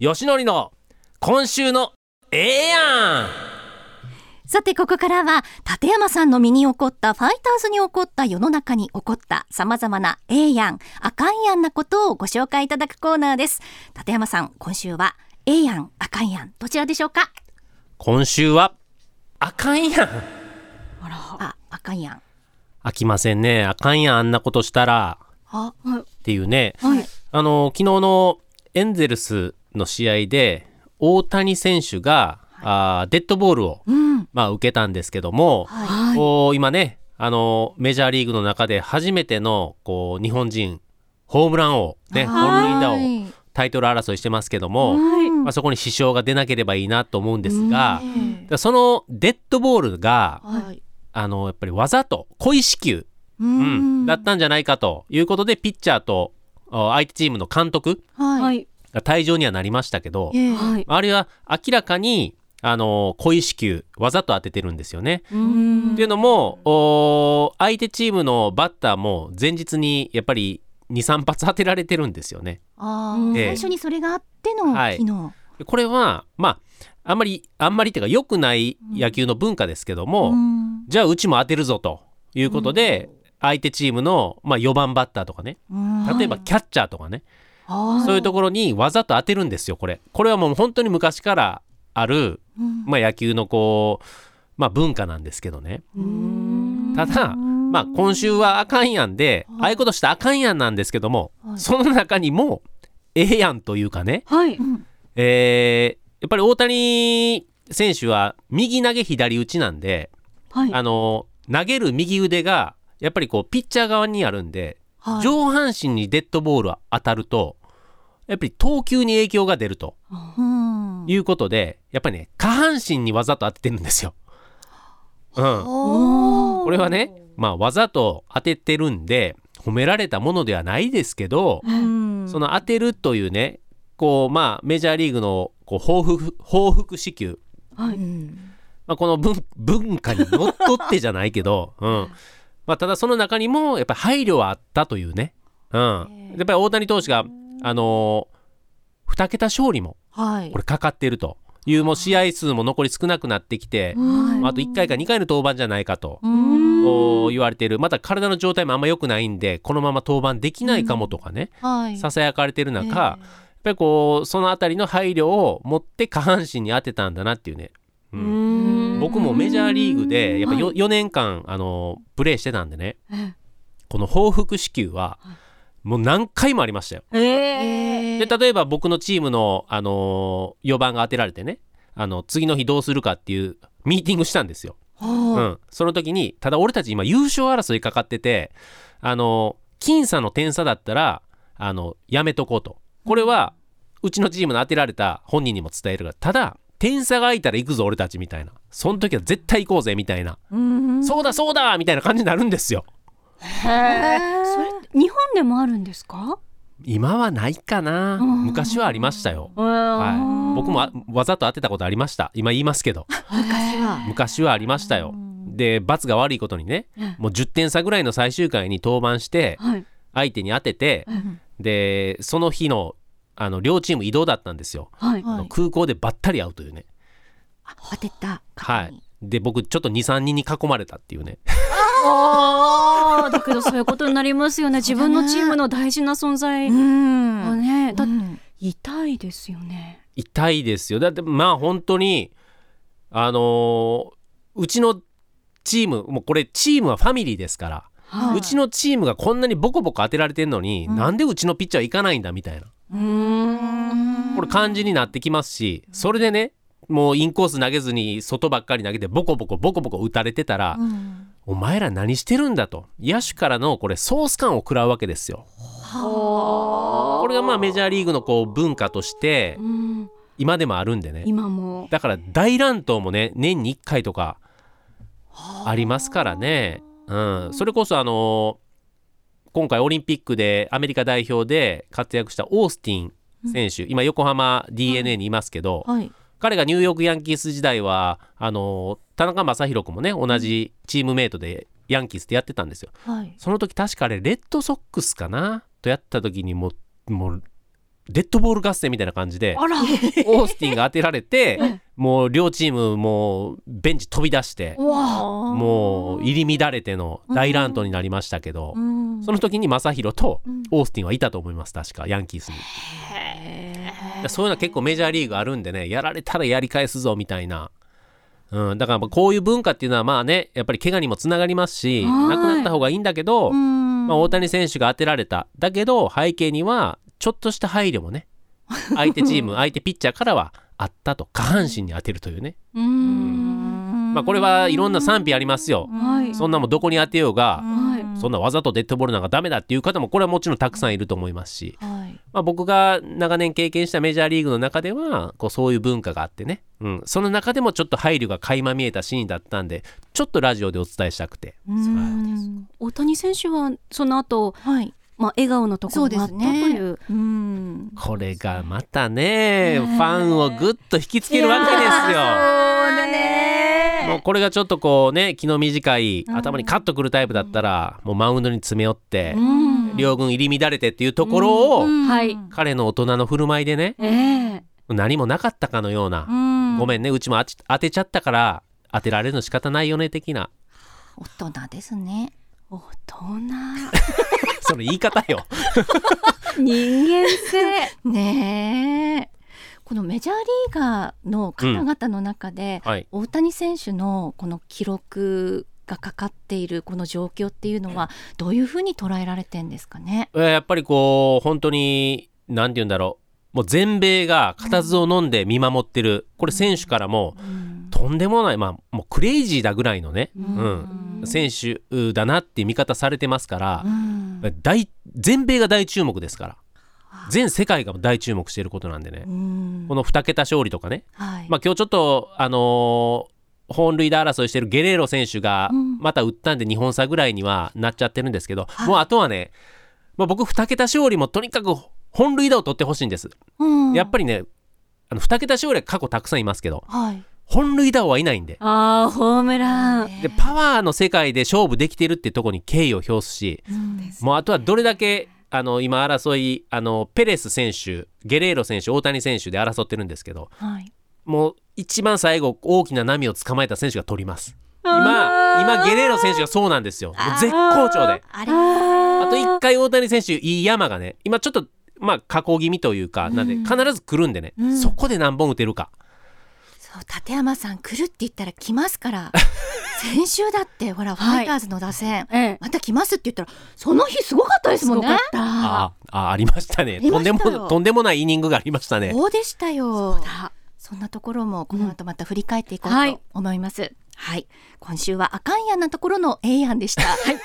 よしのりの今週のええやさてここからは立山さんの身に起こったファイターズに起こった世の中に起こったさまざまなええやんあかんやんなことをご紹介いただくコーナーです立山さん今週はええやんあかんやんどちらでしょうかん今週はあかんやんああかんやん飽きませんねあかんやんあんなことしたらあはっていうねい、あの昨日のエンゼルスの試合で大谷選手が、あーデッドボールを、うんまあ、受けたんですけども、はいこう今ねあのメジャーリーグの中で初めてのこう日本人ホームラン王、ね、本塁打王いタイトル争いしてますけども、まあ、そこに支障が出なければいいなと思うんですが、だからそのデッドボールがはいあのやっぱりわざと小意球、ううんんだったんじゃないかということでピッチャーとあ相手チームの監督ははいい。が退場にはなりましたけど、ええはい。あれは明らかにあの小意球わざと当ててるんですよね。うんっていうのもお相手チームのバッターも前日にやっぱり23発当てられてるんですよね。あーうん最初にそれがあってのはい昨日これはまああんまりあんまりっていうか良くない野球の文化ですけども、うんじゃあうちも当てるぞということで、相手チームの、まあ、4番バッターとかねうん例えばキャッチャーとかね、あーそういうところにわざと当てるんですよこれ。これはもう本当に昔からある、うんまあ、野球のこう、まあ、文化なんですけどね。うんただ、まあ、今週はあかんやんで、ああいうことしたらあかんやんなんですけども、はいその中にもええやんというかね、はい。えーやっぱり大谷選手は右投げ左打ちなんで、はい。あの投げる右腕がやっぱりこうピッチャー側にあるんで、はい上半身にデッドボールが当たるとやっぱり投球に影響が出るとうんいうことでやっぱりね下半身にわざと当ててるんですよ。うん、おーこれはね、まあ、わざと当ててるんで褒められたものではないですけど、うんその当てるというねこう、まあ、メジャーリーグのこう報復報復支給はうい。んまあ、この文文化にのっとってじゃないけ ど、うんまあ、ただその中にもやっぱり配慮はあったというね、うん、やっぱり大谷投手が、あのー、2桁勝利もはいこれかかっているというもう試合数も残り少なくなってきて、はいまあ、あと1回か2回の登板じゃないかと。うんお言われているまた体の状態もあんま良くないんでこのまま登板できないかもとかねはいささやかれてる中、やっぱりこうそのあたりの配慮を持って下半身に当てたんだなっていうね、うんん僕もメジャーリーグでやっぱ 4, は4年間あのプレーしてたんでねこの報復支給はもう何回もありましたよ。ええ。えで例えば僕のチームの、あの4番が当てられてねあの次の日どうするかっていうミーティングしたんですよ。うはん、その時にただ俺たち今優勝争いかかってて、あの僅差の点差だったらあのやめとこうとこれはうちのチームの当てられた本人にも伝えるがただ点差が空いたら行くぞ俺たちみたいなその時は絶対行こうぜみたいなうんそうだそうだみたいな感じになるんですよ。それって日本でもあるんですか？今はないかなうん昔はありましたよ。ははい、僕もあわざと当てたことありました今言いますけど昔は昔はありましたよ。で罰が悪いことにねうんもう10点差ぐらいの最終回に登板してはい。相手に当ててうんでその日のあの両チーム移動だったんですよ、はい。あはのい空港でばったり会うというねあ当てたはいで僕ちょっと23人に囲まれたっていうねああ。だけどそういうことになりますよね。自分のチームの大事な存在うがんね。だうってん痛いですよね。痛いですよだってまあ本当にあのーうちのチームもうこれチームはファミリーですから、はいうちのチームがこんなにボコボコ当てられてんのに、なんでうちのピッチャー行かないんだみたいなこれ感じになってきますしそれでねもうインコース投げずに外ばっかり投げてボコボコボコボコ打たれてたら、うんお前ら何してるんだと野手からのこれソース感を食らうわけですよ。これがまあメジャーリーグのこう文化としてうん。今でもあるんでね今も。だから大乱闘もね年に1回とかありますからね、うん、それこそあの今回オリンピックでアメリカ代表で活躍したオースティン選手、今横浜 d n a にいますけど、はい彼がニューヨークヤンキース時代はあの田中将大君もね同じチームメイトでヤンキースでやってたんですよはいその時確かあれレッドソックスかなとやった時にもうもうデッドボール合戦みたいな感じであら、オースティンが当てられ て、ええもう両チームもうベンチ飛び出して、うわもう入り乱れての大乱闘になりましたけど、うんその時に正宏とうんオースティンはいたと思います確かヤンキースに。そういうのは結構メジャーリーグあるんでねやられたらやり返すぞみたいな。うん、だからまあこういう文化っていうのはまあねやっぱり怪我にもつながりますしはいなくなった方がいいんだけど、うんまあ、大谷選手が当てられただけど背景にはちょっとした配慮もね相手チーム相手ピッチャーからはあったと下半身に当てるというね、 ううんん。まあ、これはいろんな賛否ありますよはいそんなもんどこに当てようがはいそんなわざとデッドボールなんかダメだっていう方もこれはもちろんたくさんいると思いますし、はいまあ、僕が長年経験したメジャーリーグの中ではこうそういう文化があってね、うん、その中でもちょっと配慮が垣間見えたシーンだったんでちょっとラジオでお伝えしたくてうん大谷選手はその後、はいまあ笑顔のところがあったという。うんこれがまたねえファンをぐっと引きつけるわけでいすよ。やーもうこれがちょっとこうね気の短い頭にカッとくるタイプだったら、もうマウンドに詰め寄って、うん両軍入り乱れてっていうところを、うんはい彼の大人の振る舞いでねええ何もなかったかのような、うんごめんねうちもあち当てちゃったから当てられるの仕方ないよね的な大人ですね大人。その言い方 よ人間性。ねえこのメジャーリーガーの方々の中で、はい大谷選手のこの記録がかかっているこの状況っていうのはどういうふうに捉えられてんですかね。えーやっぱりこう本当に何て言うんだろうもう全米が固唾を飲んで見守ってるこれ選手からもうんとんでもないまあもうクレイジーだぐらいのね、ううんうん選手だなって見方されてますから、うん大全米が大注目ですから全世界が大注目していることなんでね、うんこの2桁勝利とかね、はいまあ、今日ちょっと、あのー本塁打争いしてるゲレーロ選手がうんまた打ったんで2本差ぐらいにはなっちゃってるんですけど、はいもうあとはね、まあ、僕2桁勝利もとにかく本塁打を取ってほしいんです、うんやっぱりねあの2桁勝利は過去たくさんいますけどはい本塁打王はいないんでああ、ホームラン。でパワーの世界で勝負できてるってとこに敬意を表すし、うんもうあとはどれだけあの今争いあのペレス選手ゲレーロ選手大谷選手で争ってるんですけどはいもう一番最後大きな波を捕まえた選手が取ります今今ゲレーロ選手がそうなんですよもう絶好調でああれああと1回大谷選手いい山がね今ちょっとまあ加工気味というかなんでうん必ず来るんでね、うんそこで何本打てるかそう立山さん来るって言ったら来ますから 先週だってほらファイターズの打線、ええ。また来ますって言ったらその日すごかったですもんねすごかっああありましたねありとまんしでたよもとんでもないイニングがありましたねそうでしたよそだんなところもこの後また振り返っていこうはいと思います、はい、今週はあかんやなところの A 案でした、はい、